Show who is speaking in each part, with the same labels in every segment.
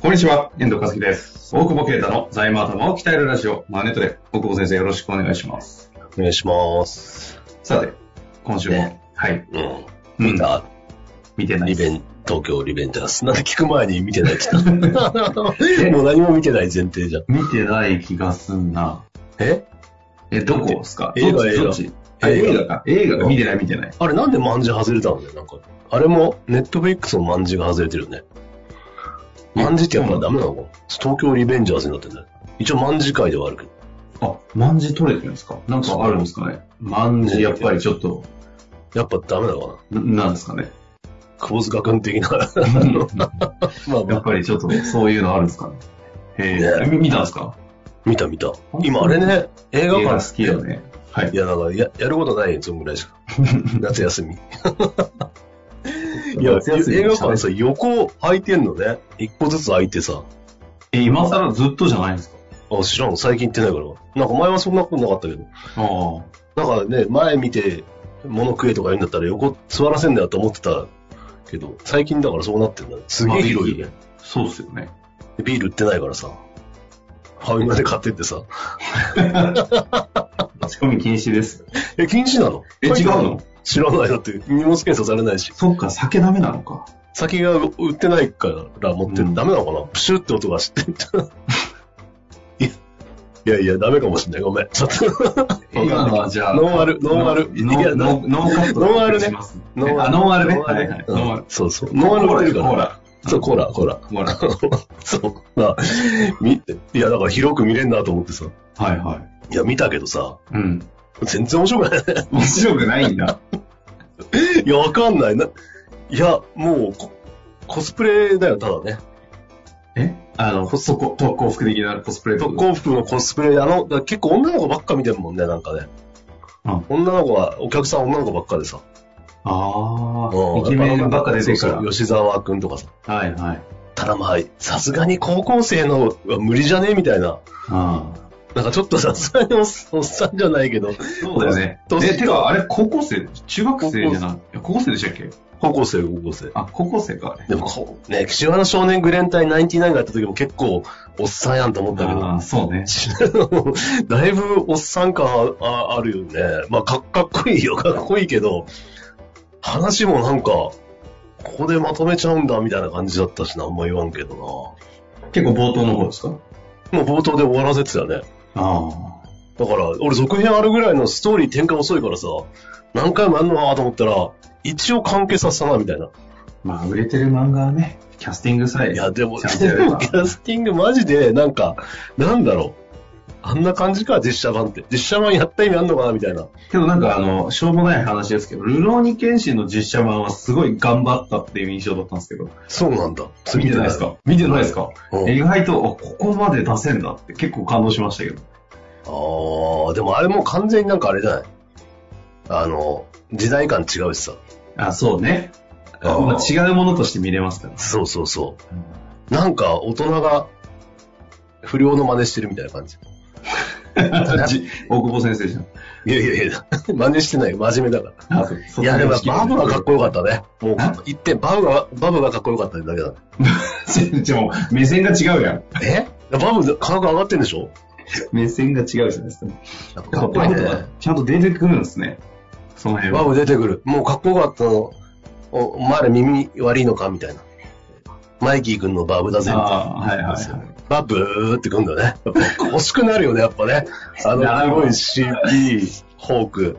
Speaker 1: こんにちは、遠藤和樹です。大久保啓太の財務頭を鍛えるラジオ、マネトレ。大久保先生、よろしくお願いします。
Speaker 2: お願いします。
Speaker 1: さて、今週も、
Speaker 2: ね
Speaker 1: はい、
Speaker 2: うん。
Speaker 1: うん
Speaker 2: 見た、
Speaker 1: 見てない
Speaker 2: リベン、東京リベンジャーズ。なんで聞く前に見てないって 言ったもう何も見てない前提じゃん。
Speaker 1: 見てない気がすんな。
Speaker 2: え
Speaker 1: え、どこですか
Speaker 2: 映
Speaker 1: ど
Speaker 2: 画
Speaker 1: っち
Speaker 2: 映画
Speaker 1: どっちあ映
Speaker 2: 映
Speaker 1: 画
Speaker 2: 画
Speaker 1: か。映画か。見てない、見てない。
Speaker 2: あれなんでマンジ外れたんだよ、なんか。あれも、ネットフリックスのマンジが外れてるよね。マンジってやっぱダメなのかな東京リベンジャーズになってんだよ。一応マンジ会ではあるけど。
Speaker 1: あ、万字取れてるんですかなんかあるんですかね万字、やっぱりちょっと、
Speaker 2: やっぱダメなのかな
Speaker 1: ななんですか ね
Speaker 2: 久保塚君的な。あの まあま
Speaker 1: やっ
Speaker 2: あ、
Speaker 1: ぱりちょっと、そういうのあるんですかねへえ、み見たんですか
Speaker 2: 見た見た。今あれね、映
Speaker 1: 映
Speaker 2: 画
Speaker 1: 画
Speaker 2: 館
Speaker 1: 好きよね。はい
Speaker 2: い。や、だからや、やることないよ、そんぐらいしか。夏休み。いや、
Speaker 1: 夏休み
Speaker 2: 映画館さ、横空いてんのね。一個ずつ空いてさ。
Speaker 1: え、今更ずっとじゃないんですか
Speaker 2: あ、知らん、最近行ってないから。なんか前はそんなことなかったけど。
Speaker 1: ああ。
Speaker 2: なんかね、前見て、物食えとか言うんだったら横座らせんだよと思ってたけど、最近だからそうなってんだね。すげえ広いよね。
Speaker 1: そうっすよね。
Speaker 2: ビール売ってないからさ。ファミマで買ってってさ。
Speaker 1: 持ち込み禁止です。
Speaker 2: え、禁止なの
Speaker 1: え、違うの
Speaker 2: 知らない。だって荷物検査されないし。
Speaker 1: そっか、酒ダメなのか。
Speaker 2: 先が売ってないから持ってる、
Speaker 1: うん
Speaker 2: ダメなのかなプシュって音がして んじゃんいやいやいや、ダメかもしんない。ごめん。ちょっと
Speaker 1: 今のはじゃあ、
Speaker 2: ノンアルノンアル
Speaker 1: ノ
Speaker 2: いや
Speaker 1: ンノンノンカット
Speaker 2: ノンアルね
Speaker 1: しますあ、ノンアルね。はいはい。
Speaker 2: うん
Speaker 1: ノンアル。
Speaker 2: そうそう。ノンアル売ってるから。
Speaker 1: コーラ
Speaker 2: そう、コーラ、コーラ。
Speaker 1: コーラ。
Speaker 2: そう。まあ、み、いや、だから広く見れんなと思ってさ。
Speaker 1: はいはい。
Speaker 2: いや、見たけどさ、
Speaker 1: うん。
Speaker 2: 全然面白くない。
Speaker 1: 面白くないんだ。
Speaker 2: いや、わかんないな。いや、もうコ、コスプレだよ、ただね。
Speaker 1: えあの、そこ、特攻服的なコスプレと
Speaker 2: 特。攻服のコスプレで、あの、だから結構女の子ばっか見てるもんね、なんかね。女の子は、お客さん女の子ばっかでさ。
Speaker 1: あ
Speaker 2: う
Speaker 1: あ、
Speaker 2: ん
Speaker 1: イケメンばっか出てるか
Speaker 2: そうそう吉沢君とかさ。
Speaker 1: ら。はいはい。
Speaker 2: ただまあ、さすがに高校生のは無理じゃねえみたいな。
Speaker 1: ああ。
Speaker 2: なんかちょっとさすがにおっおっさんじゃないけど、
Speaker 1: そうだよね。
Speaker 2: どうす
Speaker 1: え、てか、あれ、高校生中学生じゃないいや高校生でしたっけ
Speaker 2: 高校生、高校生。
Speaker 1: あ、高校生か。
Speaker 2: でもこう、ね、岸和田少年グレン隊99がやった時も結構おっさんやんと思ったけど
Speaker 1: あ、あ、そうね。
Speaker 2: だいぶおっさん感あああるよね。まあか、かっこいいよ、 かっこいいけど、話もなんか、ここでまとめちゃうんだみたいな感じだったしな、あんま言わんけどな。も
Speaker 1: 結構冒頭の方ですか
Speaker 2: う冒頭で終わらせてたよね。
Speaker 1: ああ。
Speaker 2: だから、俺続編あるぐらいのストーリー展開遅いからさ、何回もやんのかなと思ったら、一応完結させたな、みたいな。
Speaker 1: まあ、売れてる漫画はね、キャスティングさえ。
Speaker 2: いや、でも、
Speaker 1: ち
Speaker 2: で
Speaker 1: ゃんとやれば
Speaker 2: もキャスティングマジで、なんか、なんだろう。あんな感じか、実写版って。実写版やった意味あんのかな、みたいな。
Speaker 1: けどなんかあの、しょうもない話ですけど、ルローニケンシンの実写版はすごい頑張ったっていう印象だったんですけど、
Speaker 2: そうなんだ。
Speaker 1: 見てないですか見てないですか
Speaker 2: うん
Speaker 1: 意外と、あ、ここまで出せんだって結構感動しましたけど。
Speaker 2: あー、でもあれもう完全になんかあれじゃないあの、時代感違うしさ。
Speaker 1: あ、そうね。
Speaker 2: あ
Speaker 1: まあ、違うものとして見れますから。
Speaker 2: そうそうそう。なんか、大人が、不良の真似してるみたいな感じ。
Speaker 1: じ大久保先生じゃん。
Speaker 2: いやいやい や、真似してないよ、真面目だから。
Speaker 1: あそう
Speaker 2: いや、でもバブがかっこよかった
Speaker 1: ね。
Speaker 2: ね。もう
Speaker 1: え、
Speaker 2: 一点、バブが、バブがかっこよかっただけだね。
Speaker 1: じゃあもう、目線が違うやん。
Speaker 2: えバブ、価格上がってんでしょ
Speaker 1: 目線が違うじゃないですか。
Speaker 2: やっぱ
Speaker 1: バブが。ちゃんと出てくるんですね。その辺
Speaker 2: バ
Speaker 1: は。
Speaker 2: ブ出てくる。もうかっこよかったの。おお前ら耳悪いのかみたいな。マイキー君のバブだぜ。
Speaker 1: ああ、はいはいはい。
Speaker 2: バブーってくんだよね。やっぱ欲しくなるよね、やっぱね。あの、
Speaker 1: なるほど
Speaker 2: 黒い CP、ホーク。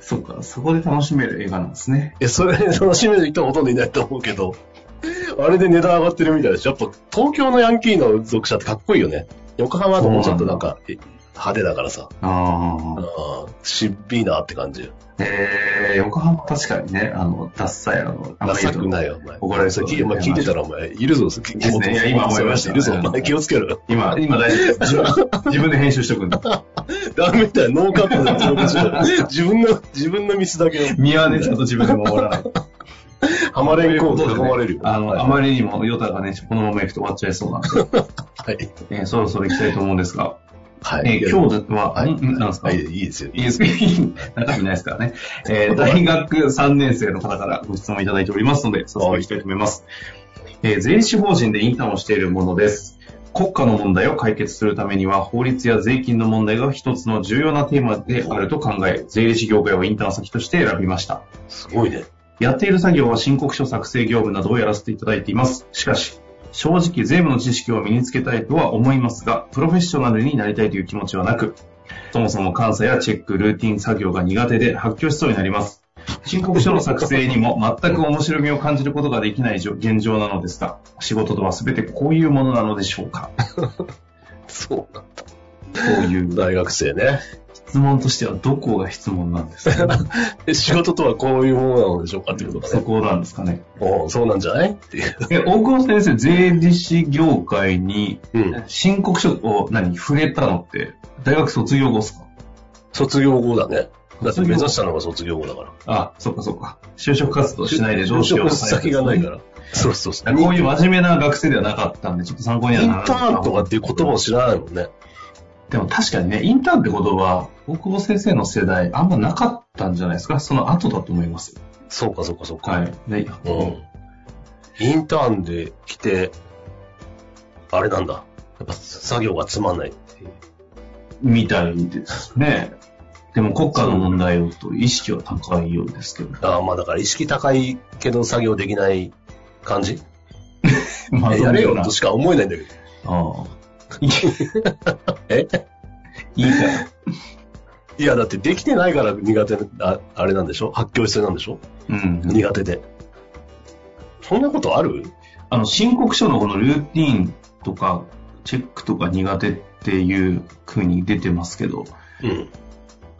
Speaker 1: そうか、そこで楽しめる映画なんですね。
Speaker 2: いや、それ楽しめる人はほとんどいないと思うけど、あれで値段上がってるみたいでしょ。やっぱ東京のヤンキーの属者ってかっこいいよね。横浜ともうちょっとなんか、え派手だからさ。
Speaker 1: あ
Speaker 2: う
Speaker 1: あ。
Speaker 2: ん。しっびーなって感じ。
Speaker 1: えー、横浜確かにね、あの、ダッサい、あの、。
Speaker 2: ダサくないいよ、お前。
Speaker 1: 怒られそ
Speaker 2: そうう。聞いまあ聞いてたら、お前、いるぞ、結
Speaker 1: ですねいや今思いました
Speaker 2: いるぞ、お前、気をつけろ。
Speaker 1: 今、今大丈夫です。自分自分で編集しとくんだ。
Speaker 2: ダメだよ、ノーカットで登録し ろ自分の、自分のミスだけを。
Speaker 1: 身はね、ちゃんと自分で守らない。
Speaker 2: ハマレンコード囲まれるよ。
Speaker 1: あの、
Speaker 2: はい
Speaker 1: あまりにもヨタがね、このまま行くと終わっちゃいそうなんで、
Speaker 2: はい。
Speaker 1: えーそろそろ行きたいと思うんですが、
Speaker 2: はい。
Speaker 1: えー今日は、
Speaker 2: はい。
Speaker 1: んんなんですか、
Speaker 2: はいい、いいですよ。
Speaker 1: いですか中身ないですからね。えー大学3年生の方からご質問いただいておりますので、早速行きたいと思います。えー税理士法人でインターンをしているものです。国家の問題を解決するためには、法律や税金の問題が一つの重要なテーマであると考え、税理士業界をインターン先として選びました。
Speaker 2: すごいね。
Speaker 1: やっている作業は申告書作成業務などをやらせていただいています。しかし、正直税務の知識を身につけたいとは思いますが、プロフェッショナルになりたいという気持ちはなく、そもそも監査やチェック、ルーティン作業が苦手で発狂しそうになります。申告書の作成にも全く面白みを感じることができない状現状なのですが、仕事とは全てこういうものなのでしょうか
Speaker 2: そうなん
Speaker 1: という
Speaker 2: 大学生ね。
Speaker 1: 質問としてはどこが質問なんですか
Speaker 2: え仕事とはこういうものなのでしょうかっていうことだ
Speaker 1: そ
Speaker 2: ね。
Speaker 1: こなんですかね。
Speaker 2: うん、そうなんじゃないっていう。
Speaker 1: え、大久保先生、税理士業界に
Speaker 2: うん。
Speaker 1: 申告書を何触れたのって、大学卒業後っすか
Speaker 2: 卒業後だね。だって
Speaker 1: 卒業
Speaker 2: 目指したのが卒業後だから。
Speaker 1: あ、そっかそっか。就職活動しないでどうしよう。
Speaker 2: 就職先がないからら。そうそうそう。
Speaker 1: こういう真面目な学生ではなかったんで、ちょっと参考には
Speaker 2: イン
Speaker 1: ならな
Speaker 2: タ
Speaker 1: か
Speaker 2: ーンとかっていう言葉を知らないもんね。
Speaker 1: でも確かにね、インターンって言葉、大久保先生の世代、あんまなかったんじゃないですかその後だと思います。
Speaker 2: そうか、そうか、そうか。
Speaker 1: はい。ね、
Speaker 2: うん。インターンで来て、あれなんだ。やっぱ作業がつまんない。
Speaker 1: みたいですね。でも国家の問題をと意識は高いようですけど。
Speaker 2: ああ、まあだから意識高いけど作業できない感じ
Speaker 1: ま
Speaker 2: やれ
Speaker 1: どう
Speaker 2: よ
Speaker 1: な
Speaker 2: としか思えないんだけど。
Speaker 1: ああ。
Speaker 2: え
Speaker 1: いいから。
Speaker 2: いや、だってできてないから苦手な、ああれなんでしょ発狂しそうなんでしょ、
Speaker 1: うん。
Speaker 2: 苦手で。そんなことある
Speaker 1: あの、申告書のこのルーティンとか、チェックとか苦手っていう風に出てますけど、
Speaker 2: うん。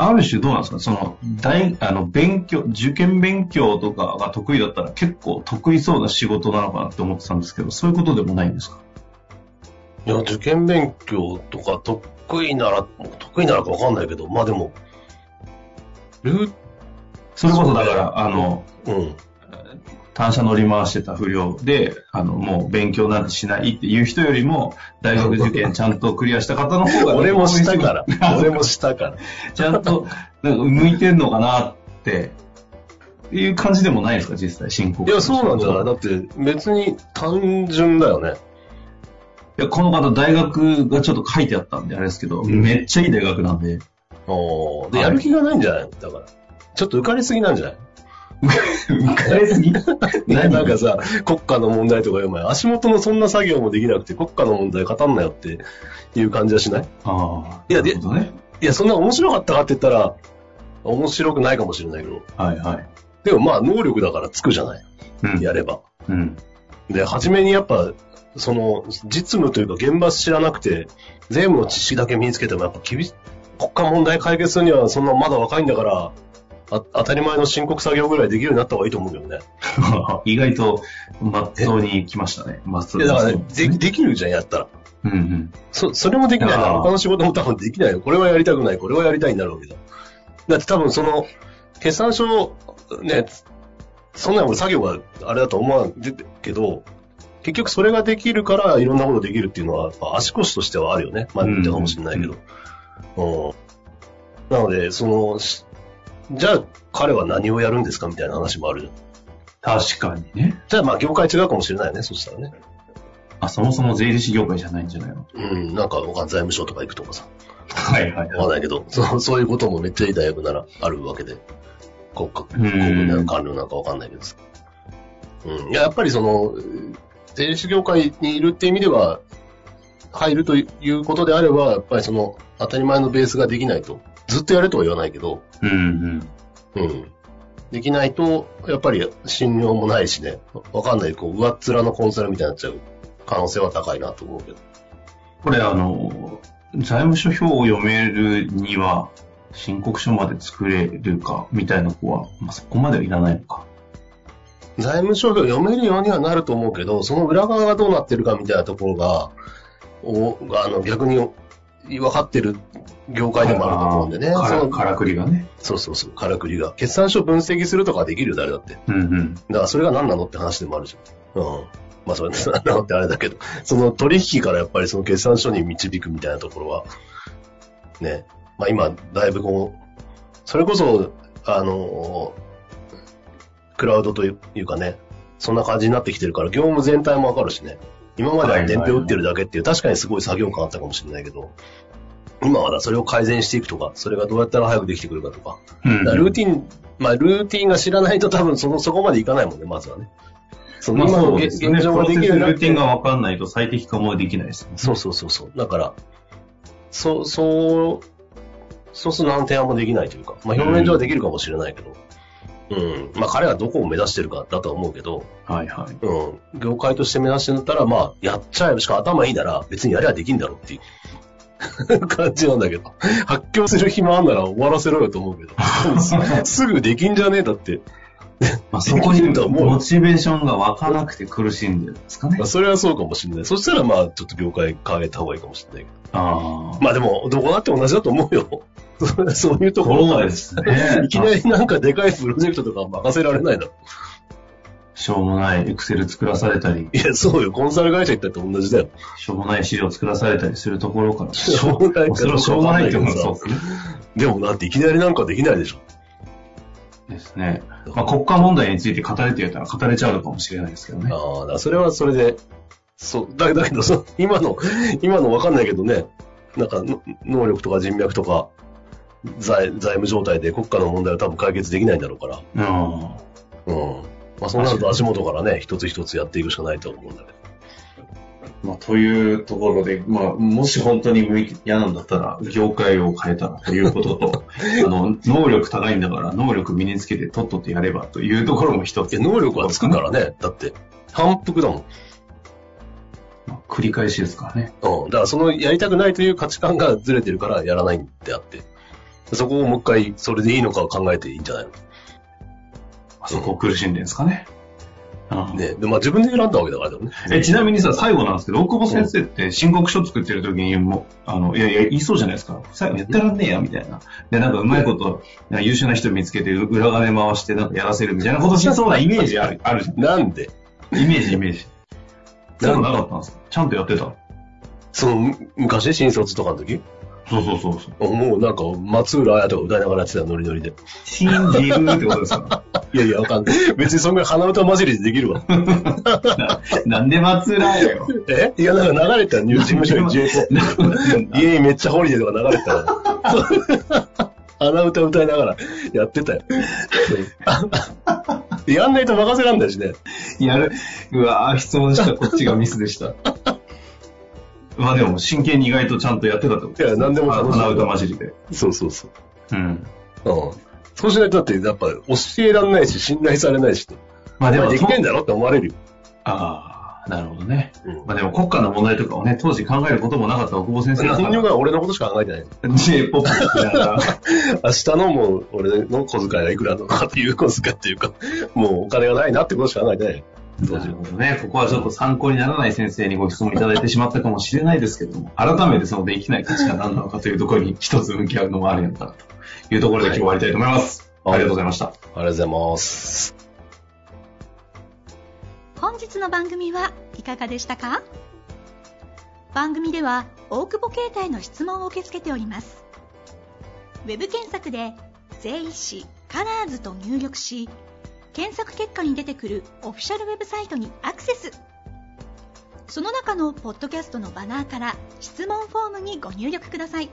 Speaker 1: ある種どうなんですかその、大、あの、勉強、受験勉強とかが得意だったら結構得意そうな仕事なのかなって思ってたんですけど、そういうことでもないんですか
Speaker 2: いや、受験勉強とか得意なら、得意ならかわかんないけど、まあでも、ルー、
Speaker 1: それこそだか
Speaker 2: そう
Speaker 1: ら、あの、
Speaker 2: うん。
Speaker 1: 単車乗り回してた不良で、あの、もう勉強なんてしないっていう人よりも、大学受験ちゃんとクリアした方の方が、
Speaker 2: 俺もし た から。俺もしたから。
Speaker 1: ちゃんと、なんか向いてんのかなって、いう感じでもないですか、実際、進行
Speaker 2: いや、そうなんじゃないだって、別に単純だよね。
Speaker 1: いや、この方、大学がちょっと書いてあったんで、あれですけど、
Speaker 2: うん
Speaker 1: めっちゃいい大学なんで、
Speaker 2: おーで、
Speaker 1: はい
Speaker 2: やる気がないんじゃないのだから。ちょっと浮かれすぎなんじゃない
Speaker 1: 浮かれすぎ
Speaker 2: ねなんかさ、国家の問題とかいう前、足元のそんな作業もできなくて、国家の問題語んなよっていう感じはしない
Speaker 1: ああ。
Speaker 2: いやで
Speaker 1: なるほどね。
Speaker 2: いや、そんな面白かったかって言ったら、面白くないかもしれないけど、
Speaker 1: はいはい。
Speaker 2: でもまあ、能力だからつくじゃない
Speaker 1: うん。
Speaker 2: やれば。
Speaker 1: うん。
Speaker 2: で、初めにやっぱ、その、実務というか現場知らなくて、税務の知識だけ身につけても、やっぱ厳し、国家問題解決するには、そんなまだ若いんだから、あ当たり前の申告作業ぐらいできるようになった方がいいと思うけどね。
Speaker 1: 意外と、まっとうに来ましたね。まっと
Speaker 2: いうや、だから、ね、
Speaker 1: そう
Speaker 2: でできるじゃん、やったら。
Speaker 1: うんうん。
Speaker 2: そ、それもできないな
Speaker 1: あー
Speaker 2: ら、他の仕事も多分できないよ。これはやりたくない、これはやりたいになるわけだ。だって多分その、決算書、ね、そんなに俺作業があれだと思わんでけど、結局それができるからいろんなことできるっていうのは、やっぱ足腰としてはあるよね。まあ、
Speaker 1: うん
Speaker 2: 言ったかもしれないけど。うん。なので、その、しじゃあ彼は何をやるんですかみたいな話もあるじゃん。
Speaker 1: 確かにね。
Speaker 2: じゃあまあ業界違うかもしれないよね、そしたらね。
Speaker 1: あ、そもそも税理士業界じゃないんじゃないの
Speaker 2: うん、なんか他財務省とか行くとかさ。
Speaker 1: はいはい
Speaker 2: わかんないけど、そう そういうこともめっちゃいい大学ならあるわけで、国家、
Speaker 1: ん
Speaker 2: 国務なの官僚なんかわかんないけどさ。うん。いや、やっぱりその、税理士業界にいるって意味では、入るということであれば、やっぱりその、当たり前のベースができないと。ずっとやれとは言わないけど、
Speaker 1: うんうん。
Speaker 2: うん。できないと、やっぱり信用もないしね、わかんない、こう、上っ面のコンサルみたいになっちゃう可能性は高いなと思うけど。
Speaker 1: これあの、財務諸表を読めるには、申告書まで作れるか、みたいな子は、まあ、そこまではいらないのか。
Speaker 2: 財務諸表読めるようにはなると思うけど、その裏側がどうなってるかみたいなところが、おあの逆に分かってる業界でもあると思うんでね。
Speaker 1: か
Speaker 2: そ
Speaker 1: ら
Speaker 2: の
Speaker 1: からくりがね。
Speaker 2: そうそうそう、からくりが。決算書分析するとかできるよ、誰だって。
Speaker 1: うんうん。
Speaker 2: だからそれが何なのって話でもあるじゃん。うん。まあそれ 何なのってあれだけど、その取引からやっぱりその決算書に導くみたいなところは、ね。まあ今、だいぶこう、それこそ、あの、クラウドというかね、そんな感じになってきてるから、業務全体もわかるしね。今までは伝票打ってるだけっていう、確かにすごい作業感あったかもしれないけど、今はだそれを改善していくとか、それがどうやったら早くできてくるかとか、
Speaker 1: うん
Speaker 2: だからルーティン、まあ、ルーティンが知らないと多分そのそこまでいかないもんね、まずはね。そ
Speaker 1: ま
Speaker 2: の
Speaker 1: あ
Speaker 2: 今の
Speaker 1: そう
Speaker 2: げ
Speaker 1: ですよね。
Speaker 2: 現
Speaker 1: プ
Speaker 2: 状が
Speaker 1: ロ
Speaker 2: で
Speaker 1: セス
Speaker 2: きるようになっ
Speaker 1: ルーティン
Speaker 2: て
Speaker 1: が分かんないと最適化もできないですよね。
Speaker 2: そうそうそうそう。だから、そう、そう、そうすると何提案もできないというか、まあ、表面上はできるかもしれないけど、うん、まあ、彼がどこを目指してるかだとは思うけど、
Speaker 1: はいはい。
Speaker 2: うん、業界として目指してんだったら、まあ、やっちゃえばしか頭いいなら、別にやりゃできんだろうっていう 感じなんだけど、発狂する暇あんなら終わらせろよと思うけ ど、すぐできんじゃねえだって。
Speaker 1: まあ、そこに
Speaker 2: できると思う
Speaker 1: モチベーションが湧かなくて苦しんでるんですかね
Speaker 2: まあ、。 それはそうかもしれない。そしたら、まあ、ちょっと業界変えた方がいいかもしれないけ
Speaker 1: ああ
Speaker 2: ど。。まあ、でも、どこだって同じだと思うよ。 そういうところ
Speaker 1: そう
Speaker 2: が。
Speaker 1: で。すね
Speaker 2: いきなりなんかでかいプロジェクトとか任せられないだろ。
Speaker 1: しょうもないエクセル作らされたり、
Speaker 2: いや、そうよ。コンサル会社行ったって同じだよ。
Speaker 1: しょうもない資料作らされたりするところから、
Speaker 2: しょうもないから
Speaker 1: それはしょうもないって思う
Speaker 2: そう
Speaker 1: そうですね。
Speaker 2: でも、なんていきなりなんかできないでしょ。
Speaker 1: ですね。まあ、国家問題について語れって言ったら語れちゃうのかもしれないですけどね。
Speaker 2: ああ、だからそれはそれで、そう、だだけどそう、今の、今のわかんないけどね、なんかの、能力とか人脈とか、財財務状態で国家の問題は多分解決できないんだろうから、
Speaker 1: うん。
Speaker 2: うん。まあそうなると足元からね、一つ一つやっていくしかないと思うんだけど。
Speaker 1: まあ、というところで、まあ、もし本当に向いて嫌なんだったら、業界を変えたらということ と、あの、能力高いんだから、能力身につけてとっとってやればというところも一
Speaker 2: い
Speaker 1: つ。
Speaker 2: や、能力はつくからね、だって、反復だもん。
Speaker 1: まあ繰り返しですからね。
Speaker 2: うん。だからそのやりたくないという価値観がずれてるからやらないんであって、そこをもう一回、それでいいのかを考えていいんじゃない
Speaker 1: あそこ苦しんでるんですかね。
Speaker 2: のね。で、まあ自分で選んだわけだからだもんね。
Speaker 1: えちなみにさ、最後なんですけど、大久保先生って申告書作ってる時にもう、あの、いやいや、言いそうじゃないですか。最後やってらんねえや、みたいな。で、なんかうまいこと、なんか優秀な人見つけて、う裏金回して、なんかやらせるみたいなことしそうなイメージある、あ るじゃ
Speaker 2: なんで
Speaker 1: ん。イメージ、イメージ。そういうのなかったんですかちゃんとやってた
Speaker 2: その昔、新卒とかの時
Speaker 1: そうそうそうそう。
Speaker 2: もうなんか、松浦綾とか歌いながらやってたよノリノリで。
Speaker 1: 信じるってことです か
Speaker 2: いやいや、わかんない。別にそんぐらい鼻歌混じりでできるわ。
Speaker 1: ななんで松浦よ。
Speaker 2: えいや、なんか流れてた、ニュー事務所に 家にめっちゃホリデーとか流れてたの。鼻歌歌いながらやってたよ。やんないと任せらんないしね。
Speaker 1: やる。うわぁ、質問した。こっちがミスでした。まあでも、真剣に意外とちゃんとやってたってこと
Speaker 2: いや何でも楽しい
Speaker 1: 鼻歌混じりで。
Speaker 2: そうそうそう。
Speaker 1: うん。
Speaker 2: うん。そうしないとだって、やっぱ教えられないし、信頼されないし。
Speaker 1: まあで
Speaker 2: で
Speaker 1: も、
Speaker 2: もできないんだろって思われるよ。
Speaker 1: ああ、なるほどね。
Speaker 2: うん
Speaker 1: まあでも国家の問題とかをね、当時考えることもなかった大久保先生だか
Speaker 2: 何にも
Speaker 1: ら、
Speaker 2: が俺のことしか考えてない。
Speaker 1: J-POP だから、
Speaker 2: 明日のもう俺の小遣いがいくらなのかっていう小遣いっていうか、もうお金がないなってことしか考えてない。
Speaker 1: なるほどね。ここはちょっと参考にならない先生にご質問いただいてしまったかもしれないですけども、改めてそのできない価値観何なのかというところに一つ向き合うのもあるんだなというところで今日終わりたいと思います。
Speaker 2: はい
Speaker 1: ありがとうございました。
Speaker 2: ありがとうございます。
Speaker 3: 本日の番組はいかがでしたか番組では大久保携帯の質問を受け付けておりますウェブ検索で「税理士カラーズと入力し検索結果に出てくるオフィシャルウェブサイトにアクセスその中のポッドキャストのバナーから質問フォームにご入力ください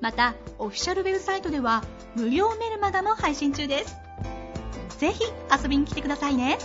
Speaker 3: またオフィシャルウェブサイトでは無料メルマガも配信中ですぜひ遊びに来てくださいね